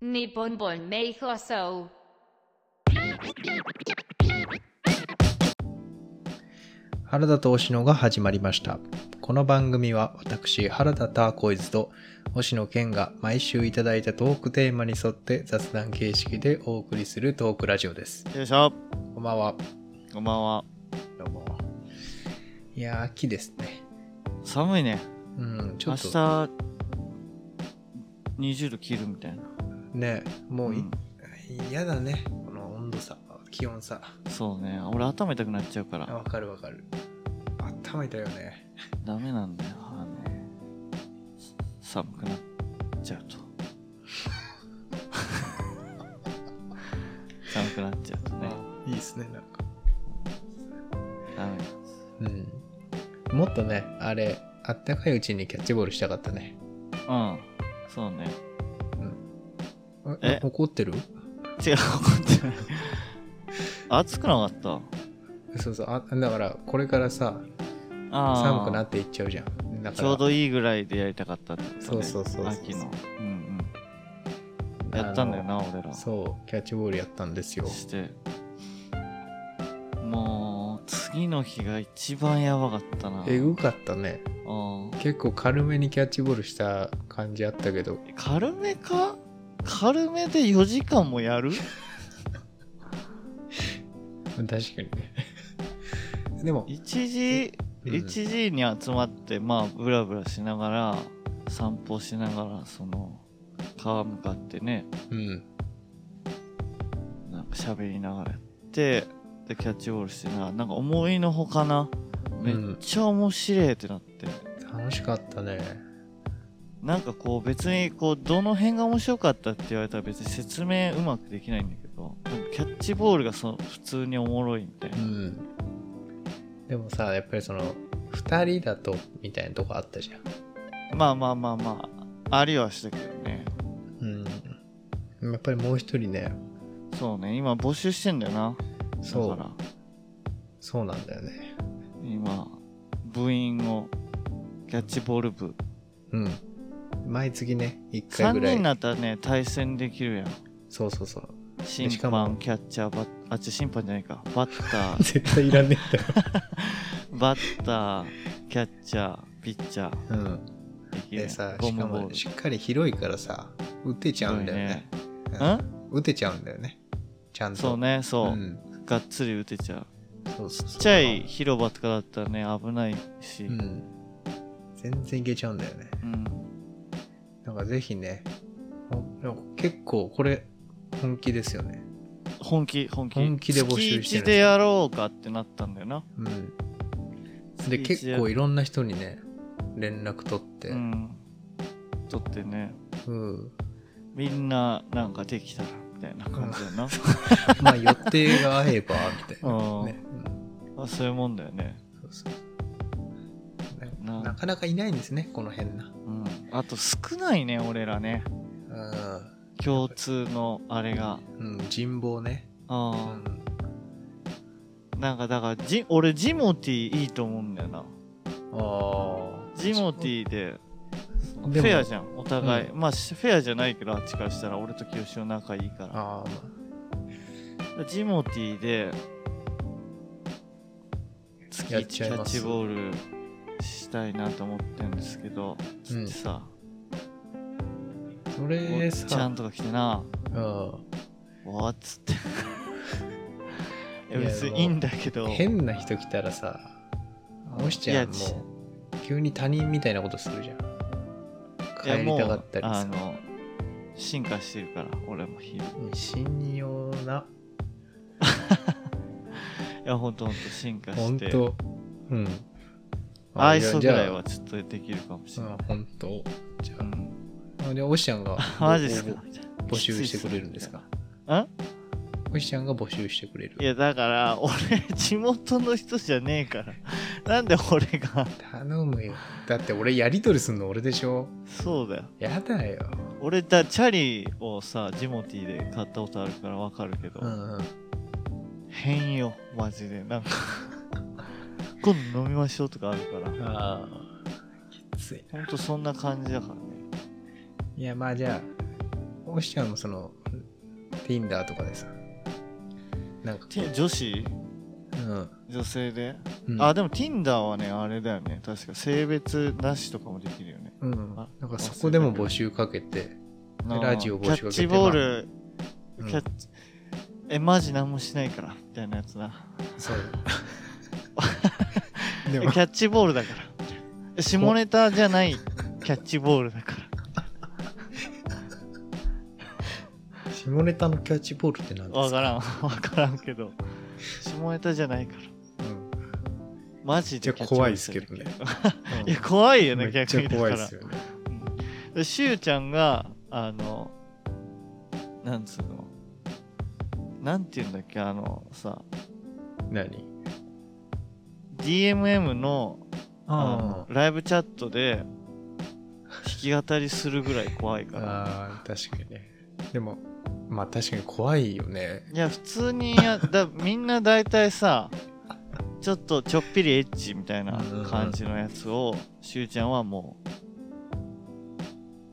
Bun Bun me dijo so. 原田と星野が始まりましたこの番組は私原田ターコイズと星野健が毎週いただいたトークテーマに沿って雑談形式でお送りするトークラジオですよいしょこんばんはこんばんはどうもいやー秋ですね寒いねうんちょ明っ日と20度切るみたいなねもういうん嫌、だねこの温度差気温差そうね俺頭痛くなっちゃうかあらわかるわかる頭痛いよねダメなんだよあの寒くなっち ゃうと寒くなっちゃうとねいいですねなんかダメなんですうんもっとねあれあったかいうちにキャッチボールしたかったねうんそうねええ怒ってる違う怒ってない暑くなかったそうそうあだからこれからさあー寒くなっていっちゃうじゃんだからちょうどいいぐらいでやりたかったってこと、ね、そうそうそうそう秋のうんうんやったんだよな俺あらのそうキャッチボールやったんですよしてもう次の日が一番やばかったなえぐかったねうん結構軽めにキャッチボールした感じあったけど軽めか軽めで4時間もやる確かにね でも、 1時うん1時に集まってまあブラブラしながら散歩しながらその川向かってねうん、なんか喋りながらやってでキャッチボールしてななんか思いのほかなめっちゃ面白いってなって、楽しかったねなんかこう別にこうどの辺が面白かったって言われたら別に説明うまくできないんだけどなんかキャッチボールがその普通におもろいみたいなうんでもさやっぱりその2人だとみたいなとこあったじゃんまあまあまあまあありはしたけどねうんやっぱりもう一人ねそうね今募集してんだよなそだうからそうなんだよね今部員をキャッチボール部うん毎月ね1回3ぐら人いになったらね対戦できるやんそうそうそう審しかも判キャッチャーバッあ違う審判じゃないかバッタ ー絶対いらねえんだよ、バッターキャッチャーピッチャーうん、できるやでんさゴしムかボーもルしっかり広いからさ打てちゃうんだよね広いねうん打てちゃうんだよねちゃんとそうねそう、ん、がっつり打てちゃうそうそうそうちっちゃい広場とかだったらね危ないし、ううんん全然いけちゃうんだよねなんかぜひねほんなんか結構これ本気ですよね本気本気本気で募集して月る一でやろうかってなったんだよなうんで月一結構いろんな人にね連絡取ってう、んとってねうんみんななんかできたらみたいな感じ だな、まあ予定が合えばみた いな、ねあそういうもんだよね、うん、そうそうなななかなかいないんですねこの辺なうん、あと少ないね俺らね共通のあれがうん、うん、人望ね、あうー、ん、なんかだからジ俺ジモティいいと思うんだよなああジモティででもフェアじゃんお互い、まあしフェアじゃないけどあっちからしたら俺と清志郎仲いいからああまジモティで月やっ1キちゃいャまッすチボールしたいなと思ってるんですけどつってあさ、そおれっちゃさんとか来てなうんわっつっ ていやいや別にいいんだけど変な人来たらさもしちゃんいもやちう急に他人みたいなことするじゃん帰いやりたかったりもうさあの進化してるから俺も日々信用ないやほんとほんと進化本して当うん愛想じぐゃあらいはちょっとできるかもしうれんない、本当じゃうんああでおしちゃんが マジっすか募集してくれるんですかんおしちゃんが募集してくれる いやだから俺地元の人じゃねえから なんで俺が頼むよだって俺やり取りすんの俺でしょそうだよやだよ俺だチャリをさジモティで買ったことあるからわかるけど、うんうん変よマジでなんか 今度飲みましょうとかあるからああきついほんとそんな感じだからねいやまあじゃあおしちゃんのその Tinder とかでさなんか、て女子うん女性で、うん、あでも Tinder はねあれだよね確か性別なしとかもできるよねうんあなんかそこでも募集かけてなあラジオ募集かけてキャッチボール、うんキャッチえマジ何もしないからみたいなやつな そうえでキもャッチボールだからみたいなえ下ネタじゃないキャッチボールだから下ネタのキャッチボールって何でわすかからん わからんけど下ネタじゃないからうんマジでめっちゃ怖いっすけどねキャッチボールするだけいや怖いよねめっ逆ちにゃだ怖かいっらすよねでしゅうちゃんがあのなんつうのなんていうんだっけあのさ何 DMM のああのライブチャットで弾き語りするぐらい怖いからあー確かにねでもまあ確かに怖いよねいや普通にや だみんな大体さちょっとちょっぴりエッチみたいな感じのやつをしゅうちゃんはもう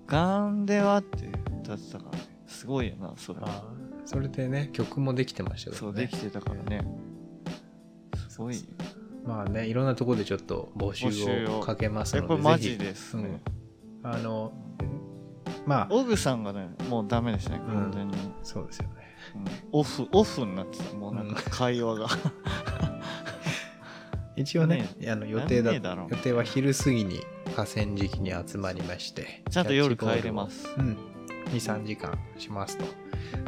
ガンではって歌ってたからねすごいよなそれあーそれでね曲もできてましたけそどうねできてたからねすごいまあねいろんなところでちょっと募募集集ををかけますえのでこれマぜジひですねあのまあオグさんがねもうダメでしたねうん完全に、そうですよねうんオフオフになってたもうなんか会話が一応ねあの予定だなんねえだろ予定は昼過ぎに河川敷に集まりましてちゃんと夜帰れますすうん23時間しますと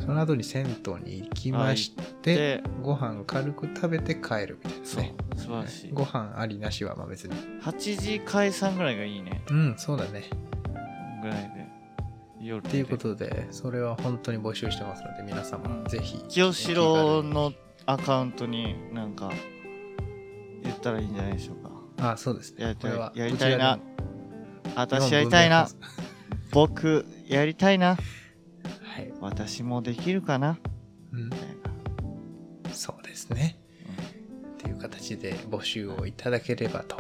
その後に銭湯に行きましてでご飯軽く食べて帰るみたいですそうね素晴らしいご飯ありなしはまあ別に8時解散ぐらいがいいねうんそうだねぐらいで夜っていうことでそれは本当に募集してますので皆様ぜひ清志郎のアカウントになんか言ったらいいんじゃないでしょうかあそうですやねりこれはたいやりたいなこちらでも私やりたいな日本文化僕やりたいな遺産はい、私もできるかなうんみたいなそうですねっていう形で募集をいただければと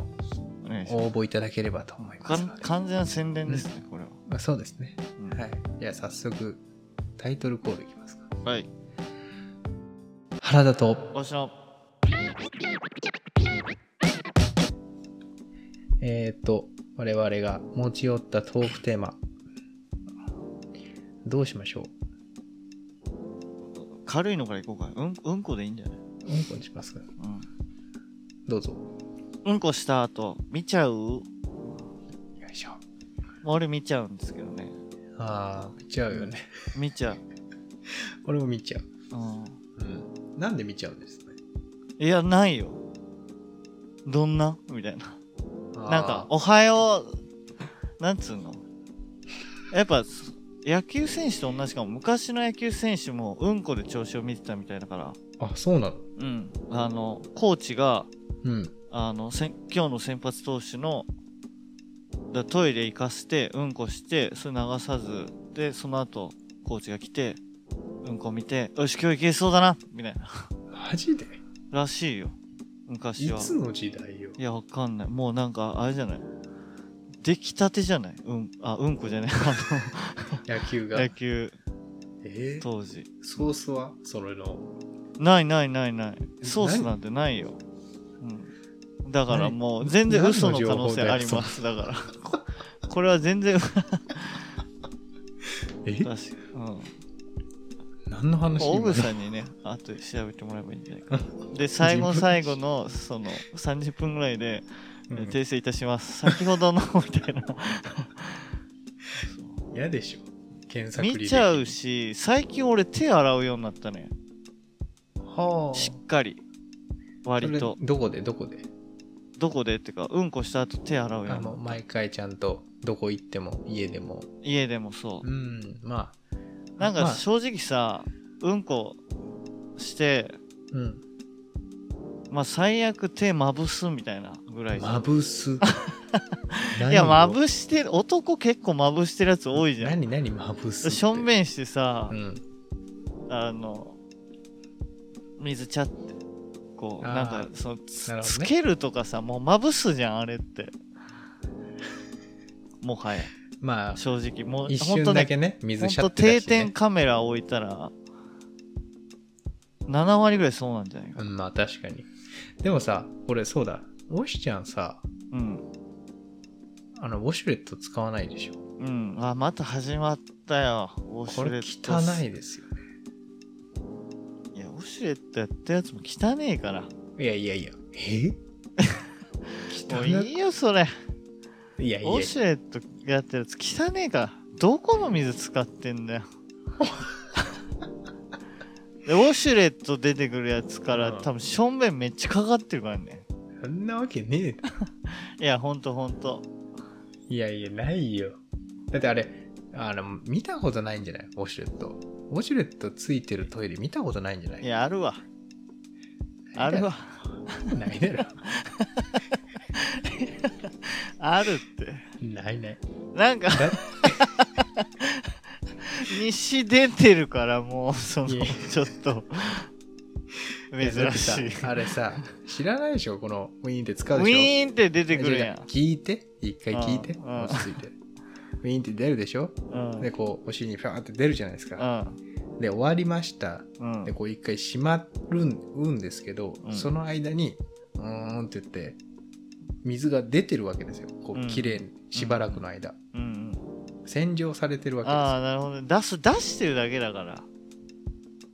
お願いしま応募いただければと思いますすかので完全な宣伝ですね、これは、まあそうですねうんはいじゃあ早速タイトルコールいきますかはい原田とおしのえっ、と我々が持ち寄ったトークテーマどうしましょう軽いのからいこうかうんうんこでいいんじゃない、うんこにしますかどうぞうん、うんこした後見ちゃうよいしょ俺見ちゃうんですけどねああ見ちゃうよね見ちゃう、俺も見ちゃううんうんなんで見ちゃうんですかねいやないよどんなみたいななんかあ「おはよう」なんつうのやっぱす野球選手と同じかも昔の野球選手もうんこで調子を見てたみたいだからーあそうなのうんあのコーチがうんあのせん今日の先発投手のだトイレ行かせてうんこしてそれ流さずでその後コーチが来てうんこ見てよし今日いけそうだなみたいなマジでらしいよい昔はつの時代よいやわかんないもうなんかあれじゃない出来たてじゃないうんあうんこ じゃない野球あのが野え球え当時ソースはそれのないないないないえソースなんてないよ、うん、だからもう全然何嘘の可能何の情報性だよありますだから ここれは全然え私、うん、何の話オ今グのさんにね、あとで調べてもらえばいいんじゃない かな。で、最後最後の、その、30分ぐらいで、えうん訂正いたします。先ほどの、み たいな。そう嫌でしょ検索履歴見ちゃうし、最近俺手洗うようになったね。はあしっかり。割とそ。れどこでどこでどこでってか、うんこした後手洗うようあになのった毎回ちゃんとどこ行っても家でも家でもそうう。んまあなんまかあ正直さ、うんこして、うんまあ最悪手まぶすみたいなぐらいじゃんまぶ すいや、ますぶしてる、男結構まぶしてるやつ多いじゃん。何何まぶすってしょんべんしてさう、んあの、水ちゃって、こう、あーなんか、そのつ、なるほどつねけるとかさ、もうまぶすじゃん、あれ って。もはや、まあ正直、もう、一ほん瞬とだねけね、水ほんシャッとて定出して、点ね。カメラ置いたら、 7割ぐらいそうなんじゃないかうん、まあ確かに。でもさ、俺そうだ、ウォシちゃんさ、うんあの、ウォシュレット使わないでしょ。うんあまた始まったよウォシこュレれット汚いですよね。いやウォシュレットやったやつも汚ねえからいやいやいや。えも汚うい。いやいいよそれいやいウォシュレットやってるやつ汚ねえからどこの水使ってんだ よでウォシュレット出てくるやつから、うん多分正面めっちゃかかってるからねや。そんなわけねえ。いやほんとほんといやいや、ないよ。だってあれ、あの、見たことないんじゃないウォシュレット。ウォシュレットついてるトイレ見たことないんじゃないいやあるわあ るわ。ない だろ。あるってないない。なんかだ西出てるからもうそのいやちょっと珍しいだってさあれさ、知らないでしょこのウィーンって使ウうでしょィーンって出てくるやん聞いて、一回聞いて、うんうん落ち着いて。ウィーンって出るでしょうんで、こう、お尻にファーって出るじゃないですうか。んで、終わりました。うんで、こう、一回閉まるんうんですけど、うんその間に、うーんって言って、水が出てるわけですよ。こうう、ん綺麗に、しばらくの間。うんうん洗浄されてるわけあであなるほどね出す出してるだけだからすよ。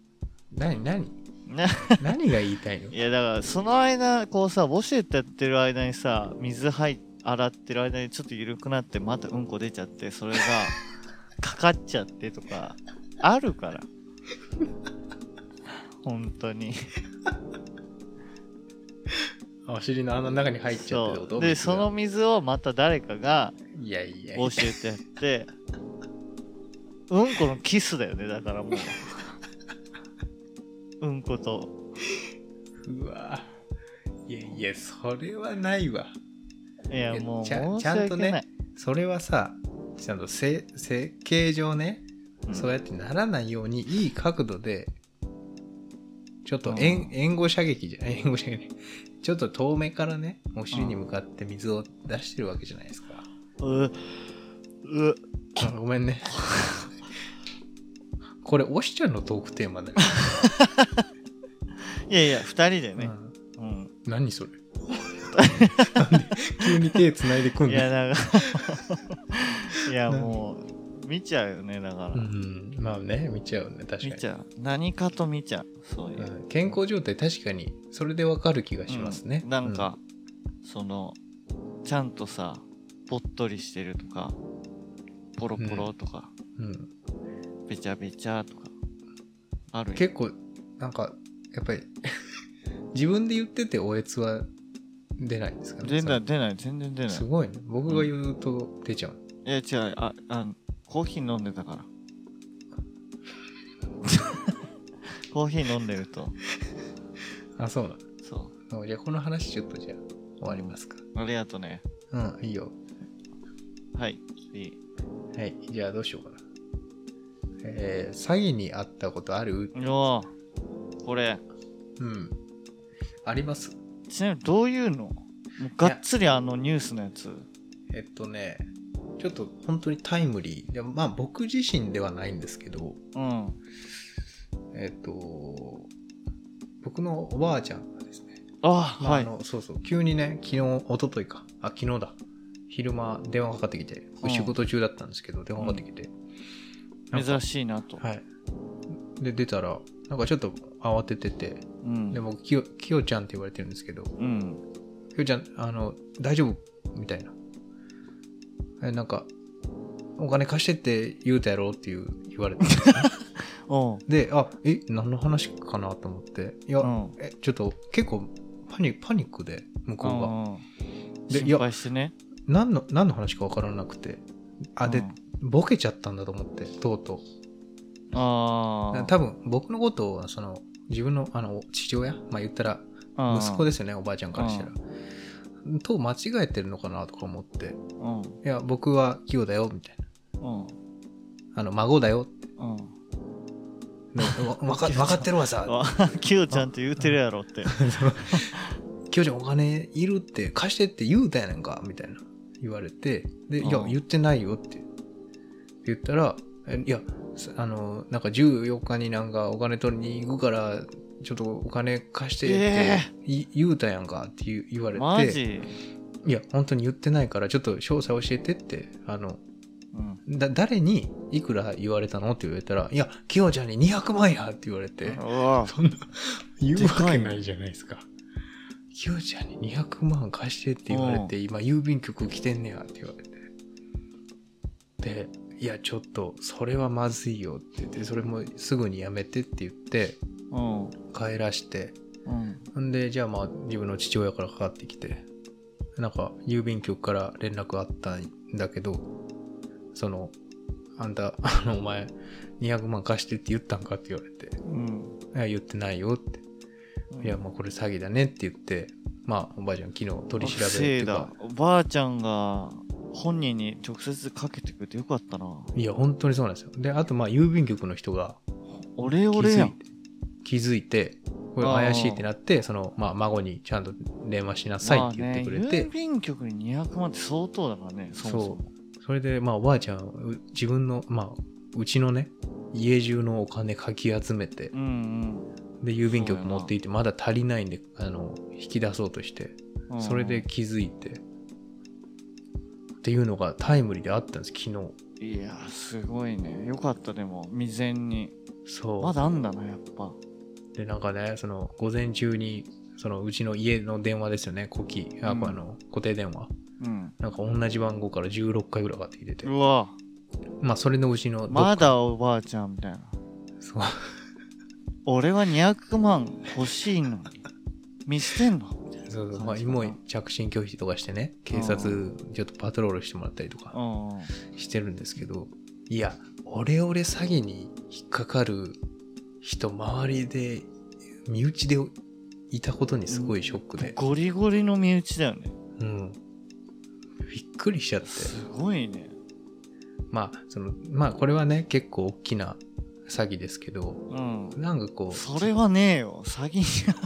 何、 何な何が言いたいのいやだからその間こうさウォシュレットやってる間にさ水入っ洗ってる間にちょっと緩くなってまたうんこ出ちゃってそれ がかかっちゃってとかある から本当にあお尻の穴の中に入っちゃってってこそとうで水がその水をまた誰かがいやいやウォシュレットやってうんこのキスだよねだから もううんことうわいやいやそれはないわいやいやもうちゃん申しちゃん訳とないねそれはさちゃんとせ設計上ね、うんそうやってならないようにいい角度でちょっとうん援援護射撃じゃ ない援護射撃ちょっと遠目からねお尻に向かって水を出してるわけじゃないですか、ううあごめんねこれおしちゃんのトークテーマだよ、いやいや二人でね、うんうん何それなんで急に手繋いでくんいのやだから いや何もう見ちゃうよねだから、うん、まあね見ちゃうね確かに見ちゃう何かと見ちゃうそういう、うん健康状態確かにそれでわかる気がしますね、うんなんか、そのちゃんとさぽっとりしてるとかポロポロとか、うん、うんべちゃべちゃとかあるやん結構なんかやっぱり 自分で言ってておえつは出ないんですかね全然出ない全然出ないすごいね僕が言うと出ちゃう、いや違うああコーヒー飲んでたから コーヒー飲んでるとあそうなそのじゃあこの話ちょっとじゃあ終わりますかうありがとうねうんいいよはい次はいじゃあどうしようかなえー詐欺にあったことあるよこれうんありますちなみにどういうのもうがっつりあのニュースのやつえっとね、ちょっと本当にタイムリー。でまあ僕自身ではないんですけど、うんえっと、僕のおばあちゃんがですね、あまあはあいのそうそう、急にね、昨日、一昨日か、あ、昨日だ、昼間電話かかってきて、僕うん仕事中だったんですけど、電話かかってきて、なんか珍しいなと、はい。で、出たら、なんかちょっと慌ててて、うんで、僕、きよきよちゃんって言われてるんですけど、うんひょちゃん、あの、大丈夫みたいな。え、なんか、お金貸してって言うたやろっていう言われて。 おうで、あ、え、何の話かなと思って。いや、うんえ、ちょっと結構パニパニックで、向こうが。うんうんでい心や配してね何の、何の話かわからなくて。あ、で、うんボケちゃったんだと思って、とうとあう。あ多分僕のことを、その、自分の、あの、父親、まあ言ったら、息子ですよね、おばあちゃんからしたら。と間違えてるのかなとか思って。うんいや、僕はキヨだよ、みたいな。うんあの、孫だよって。 うんでわわかわかってるわさ。あキヨちゃんって言うてるやろって キヨちゃんお金いるって貸してって言うたやねんかみたいな言われて、で、いやう、ん言ってないよって言ったら、えいや、さあの、なんか14日になんかお金取りに行くからちょっとお金貸してっえてい言うたやんかって言う言われて、マジ、いや本当に言ってないからちょっと詳細教えてってあのうん、だ誰にいくら言われたのって言われたら「いやキヨちゃんに200万や!」って言われて、うわそんな言うでわかけいないじゃないですか。キヨちゃんに200万貸してって言われて、今郵便局来てんねやって言われて。で、いや、ちょっと、それはまずいよって言って、それもすぐにやめてって言って、うん帰らして、うんんで、じゃあまあ自分の父親からかかってきて、なんか郵便局から連絡あったんだけど、その、あんた、あの、お前、200万貸してって言ったんかって言われて、うんいや言ってないよって。いや、もうこれ詐欺だねって言って、まあ、おばあちゃん、昨日取り調べってせいいうだか、おばあちゃんが本人に直接かけてくれてよかったないや、本当にそうなんですよ。で、あと、まあ、郵便局の人がお礼気お礼づやいん気づいて、これあー怪しいってなって、その、まあ、孫にちゃんと電話しなさいって言ってくれまあね、て郵、便局に200万って相当だからねそもそもそれで、まあ、おばあちゃん、う自分の、まあ、うちのね、家中のお金かき集めてう、んで、郵便局そうやな持っていって、まだ足りないんで、あの、引き出そうとして、うんうんそれで気づいて、っていうのがタイムリーであったんです、昨日。いやすごいねよかったでも未然にそう。まだあんだなやっぱでなんかねその午前中にそのうちの家の電話ですよね固機あ,、うんあの固定電話うんなんか同じ番号から16回ぐらいかかってきててうわまあそれのうちのどっかまだおばあちゃんみたいなそう 俺は200万欲しいのに見捨てんのみたいなそうそうま感あじかなもう着信拒否とかしてね警察ちょっとパトロールしてもらったりとかうんうんしてるんですけどいやオレオレ詐欺に引っかかる人周りで身内でいたことにすごいショックで、ゴリゴリの身内だよねうん、びっくりしちゃってすごいねまあそのまあこれはね結構大きな詐欺ですけどうんなんかこうそれはねえよ詐欺じゃん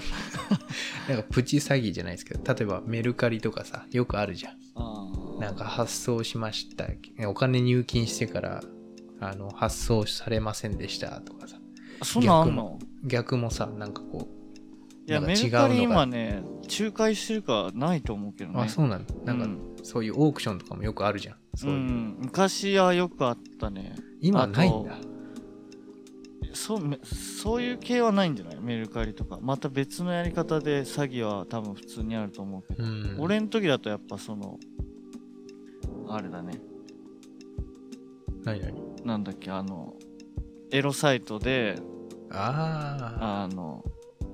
なんかプチ詐欺じゃないですけど例えばメルカリとかさよくあるじゃんなんか発送しましたお金入金してからあの発送されませんでしたとかさそんなんあんの逆もさなんかこいやなんか違うメのルがカリ今ね仲介してるからないと思うけどうねあそうなんだなんか、うんそういうオークションとかもよくあるじゃんそうういう、ん昔はよくあったね今はないんだそうめそういう系はないんじゃないメルカリとかまた別のやり方で詐欺は多分普通にあると思うけど、うん俺の時だとやっぱそのあれだね何何なんだっけあのエロサイトでああの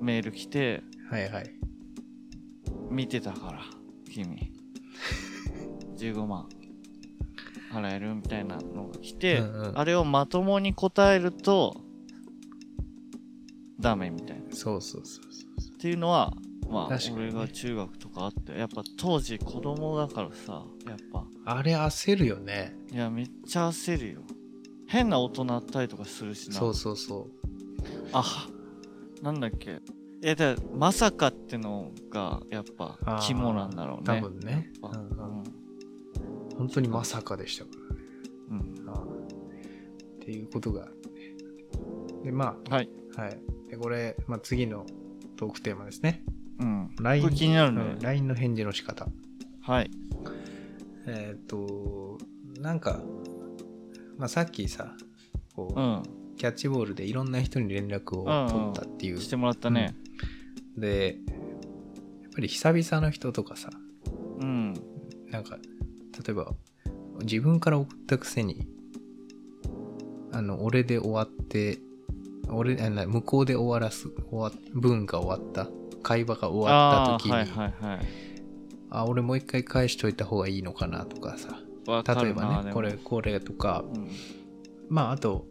メール来てあはいはい見てたから 君15万払えるみたいなのが来て、うんうんあれをまともに答えるとダメみたいなっそうそうそうそうていうのはまあ確かに俺ねが中学とかあってやっぱ当時子供だからさやっぱあれ焦るよねいやめっちゃ焦るよ変な大人あったりとかするしなそうそうそうあなんだっけえだからまさかってのがやっぱあー肝なんだろうね多分ねやっぱうんうん本当にまさかでしたかうんらな。っていうことがあって。で、まはい。あ、はい。で、これ、まあ、次のトークテーマですね。うん。 LINE これ気になるね。うん LINE の返事の仕方。はい。えーっ、と、なんか、まあ、さっきさ、こう、うん。キャッチボールでいろんな人に連絡を取ったっていう。してもらったね。で、やっぱり久々の人とかさ、うん。なんか例えば自分から送ったくせにあの俺で終わって俺あな向こうで終わらす終わ文が終わった会話が終わったあ時にーあ,、はいはいはい。俺もう一回返しといた方がいいのかなとかさわか例えるなばでねもこれこれとかうん。まああと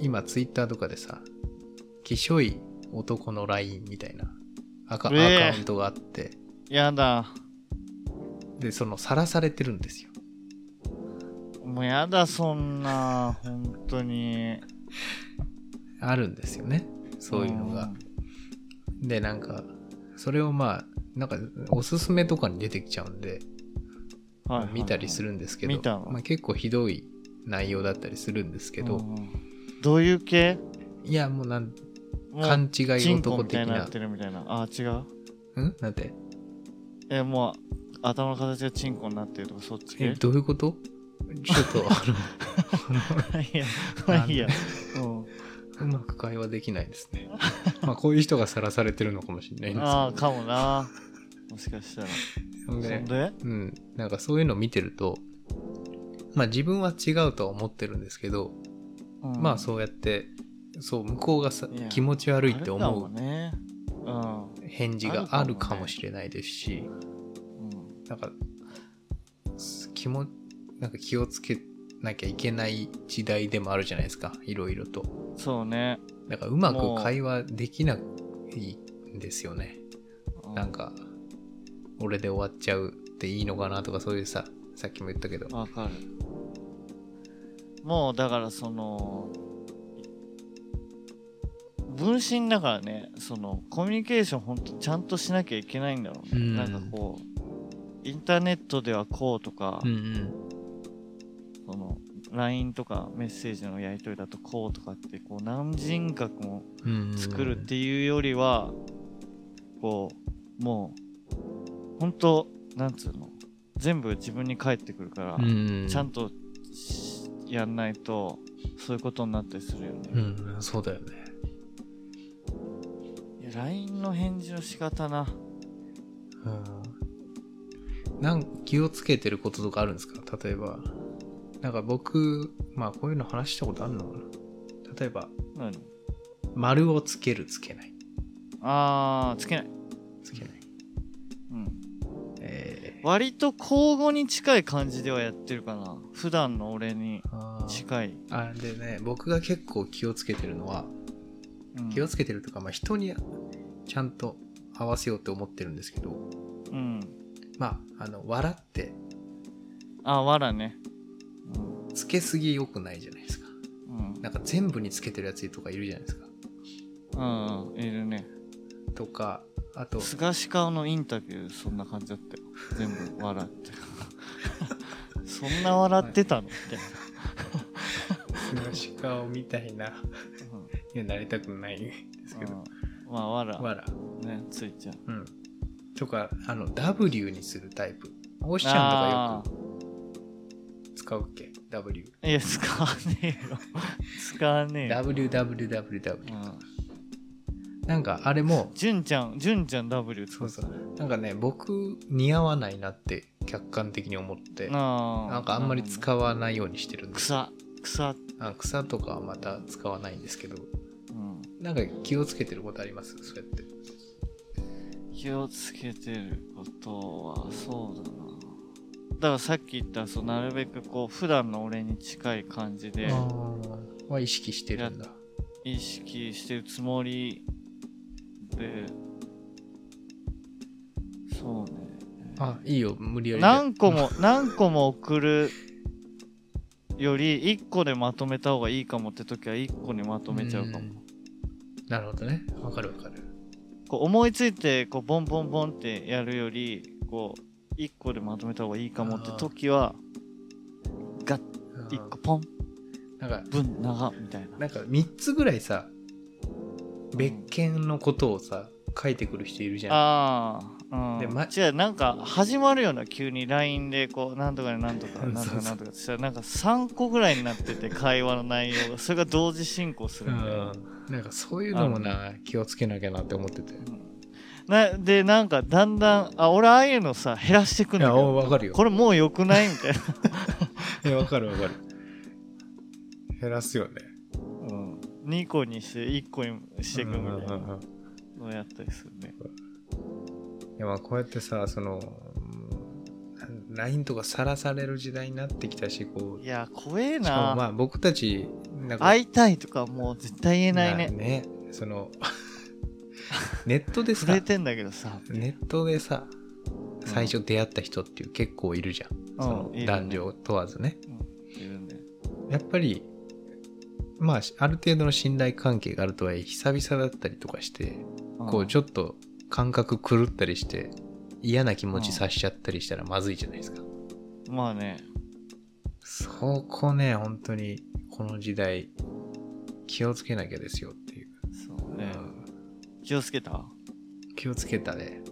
今ツイッターとかでさ「きしょい男の LINE」みたいなアカ,、うえーアカウントがあってやだ。でそのさらされてるんですよもうやだ、そんな。本当に。あるんですよねそういうのが。でなんかそれをまあなんかおすすめとかに出てきちゃうんで、うん。はいはいはい見たりするんですけど見たのまあ、結構ひどい内容だったりするんですけど、うんうんどういう系いやもうなんもう勘違いチンコ男み的たいにななってるみたいなあ違ううんなんてえもう頭の形がチンコになってるとかそっち系えどういうことちょっとあいや まあいいやうんのうまく会話できないです ねまあこういう人がさらされてるのかもしれないんああですかもなもしかしたらけどそねんでうんなんかそういうのを見てるとまあ自分は違うとは思ってるんですけど、うんまあそうやってそう向こうがさいや気持ち悪いってあるか思もうねうん返事がああるるかもねかもしれないですし、うんなんかす気もなんか気をつけなきゃいけない時代でもあるじゃないですかいろいろとそうねなんかうまもくう会話できないんですよねうなんか俺で終わっちゃうっていいのかなとかそういうささっきも言ったけどわかるもうだからその分身だからねそのコミュニケーションほんとちゃんとしなきゃいけないんだろうね、うんなんかこうインターネットではこうとか、うんうんその LINE とかメッセージのやり取りだとこうとかってこう何人格もうんうん作るっていうよりは、こうもうほんとなんつうの全部自分に返ってくるから、うんちゃんとしやんないとそういうことになったりするよね、うんそうだよねいや LINE の返事の仕方なうんなんか気をつけてることとかあるんですか例えばなんか僕まあこういうの話したことあるのかな例えば何丸をつけるつけないあーつけない、つけないうん、え割と交互に近い感じではやってるかな普段の俺ー、にあー近い、あれでね僕が結構気をつけてるのはうん、気をつけてるというか、まあ、人にちゃんと合わせようと思ってるんですけどうんまああの笑ってあわらねつけすぎ良くないじゃないですかうんなんか全部につけてるやつとかいるじゃないですかうん、うん、いるねとかあ と菅氏顔のインタビューそんな感じだったよ全部笑って そんな笑ってたのみたい昔顔みたいなな、うんいやなりたくないですけどうんまあわら、笑ねついちゃううんとかあの W にするタイプおっしちゃんとかよよく使うっけ W くいや使わねえよ 使わねえよ、う WWWW ん、なんかあれも純ちゃん純ちゃん W 使そうってそたうなんかね僕似合わないなって客観的に思ってなあーんかあんまりなる使わないようにしてるんほどねです草草、あ草とかはまた使わないんですけどうん、なんか気をつけてることありますそうやって気をつけてることはそうだなだからさっき言ったそうなるべくこう普段の俺に近い感じであは意識してるんだ意識してるつもりでそうねあいいよ無理やりで何個も 何個も送るより1個でまとめた方がいいかもって時は1個にまとめちゃうかも、んなるほどねわかるわかるこう思いついてこうボンボンボンってやるよりこう1個でまとめた方がいいかもって時はガッうん1個ポンなんかブン長みたいななんか3つぐらいさ別件のことをさ書いてくる人いるじゃんああうんでま違うなんか始まるような急に LINE でこうなんとかでなんとかなんと そうかそうなんとかってしたらなんか3個ぐらいになってて会話の内容がそれが同時進行すうるみたいなんなんかそういうのもな気をつけなきゃなって思っててなでなんかだんだんあ俺ああいうのさ減らしてくんいだやけどわかるよこれもう良くないみたいな、いやわかるわかる減らすよねうん、2個にして1個にしていくみうんうんたいなうんうんのをやったりするねいやまあこうやってさそのうん LINE とかさらされる時代になってきたしこういや怖えしかもまなあ僕たちなんか会いたいとかもう絶対言えないねその ネットで さ触れてんだけどさネットでさ最初出会った人っていう結構いるじゃん、そのいるね男女問わずねいるねやっぱりまあある程度の信頼関係があるとはいえ久々だったりとかしてこうちょょっと感覚狂ったりして嫌な気持ちさしちゃったりしたらまずいじゃないですか、まあねそこね本当にこの時代気をつけなきゃですよっていう、そうね、うん気をつけた気をつけたね、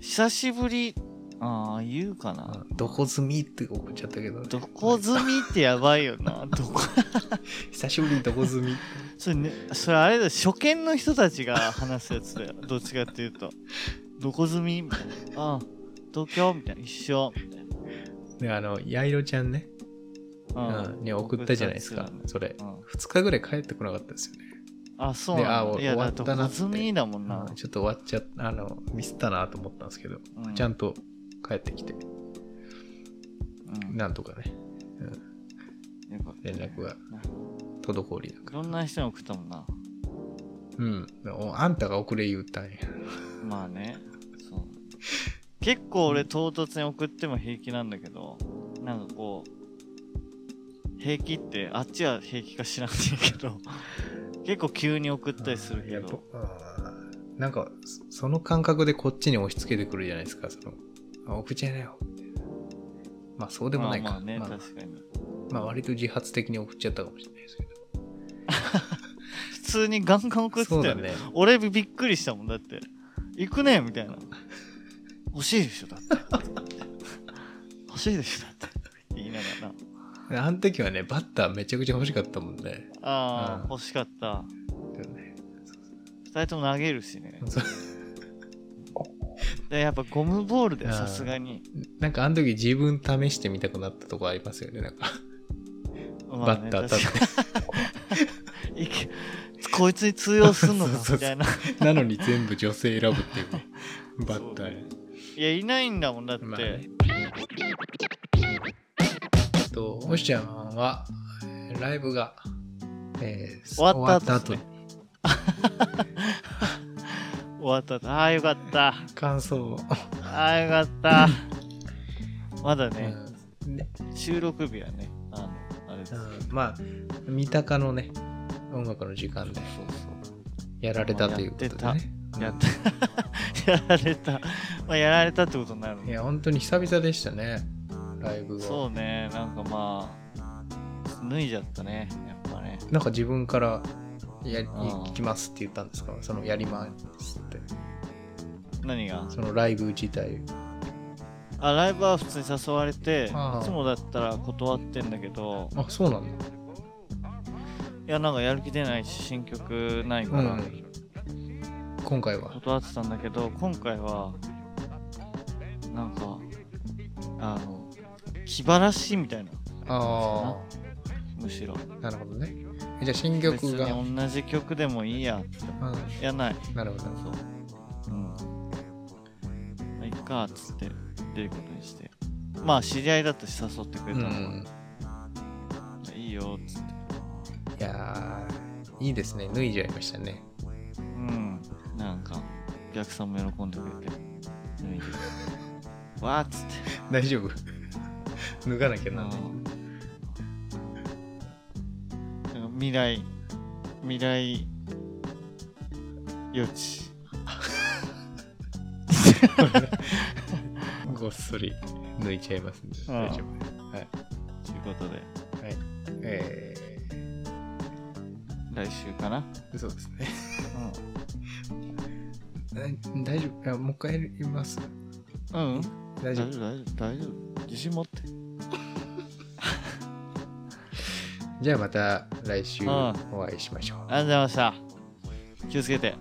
久しぶりああ言うかうな、んどこ済みって送っちゃったけどねどこ済みってやばいよなどこ久しぶりにどこ済み それ,、ね、それあれだよ初見の人たちが話すや つだよどっちかっていうとどこ住みみたいなああ東京みたいな一緒みたいであのやいろちゃんね、なうんに送ったじゃないですか送ったやつそれだね2日ぐらい帰ってこなかったですよね、うんあそうなでんあだいや終わだったなどこって住みだもんな、うんちょっと終わっちゃあのミスったなと思ったんですけど、うんちゃんと帰ってきてうんなんとかねよかった連絡が滞りなくいろんな人に送ったもんなうんおあんたが遅れ言ったんやまあねそう結構俺唐突に送っても平気なんだけどなんかこう平気ってあっちは平気か知らんねんけど結構急に送ったりするけやっぱどうんなんかそその感覚でこっちに押し付けてくるじゃないですかそのあ送っちゃいなよみたいなまあそうでもないか、ままああまあね、まあ確かに割と自発的に送っちゃったかもしれないですけど普通にガンガン送ってたそうだよねね俺びっくりしたもんだって行くねみたいな欲しいでしょだって欲しいでしょだって言いながらなあの時はねバッターめちゃくちゃ欲しかったもんねああ、うん欲しかったでもね二人とも投げるしねそうでやっぱゴムボールでうんさすがに、なんかあの時自分試してみたくなったとこありますよねなんかまあバッねター当たっ確かにいけこいつに通用すんのか そうそうそうみたいななのに全部女性選ぶっていうね バッターにいやいないんだもんだって、まあねえっと星ちゃんはえーライブが、えー終わった後終ですねわった後終わった後ああよかった感想を、ああよかったまだね、うんね収録日はねあのあれですうそうんまあ三鷹のね音楽の時間でやられたということでまあやっねそうやったやられた、 まあ、やられたってことになるのいや本当に久々でしたねライブそがうねなんかまあ脱いじゃったねやっぱねなんか自分からやりん行きますって言ったんですかそのやりますって何がそのライブ自体あライブは普通に誘われていああつもだったら断ってんだけどあそうなんだいやなんかやる気出ないし新曲ないから、うん今回は断ってたんだけど今回はなんかあの気晴らしいみたいなあむしろあなるほどねえじゃあ新別曲が、うに同じ曲でもいいやん、いやないなるほどそううんいっかっつって出ることにしてまあ知り合いだったし誘ってくれうたの、んいいよっつっていやーいいですね脱いじゃいましたね うんなんかお客さんも喜んでくれて脱いでわーっつって大丈夫 脱がなきゃあなのなんか未来未来予知ごっそり抜いちゃいますんでうん大丈夫はいということではいえ来週かな、ー、そうですね ううん大丈夫いやもう一回やりますん、うんうん大大丈丈夫夫大丈夫大丈夫自信持ってじゃあまた来週うんお会いしましょうありがとうございました気をつけて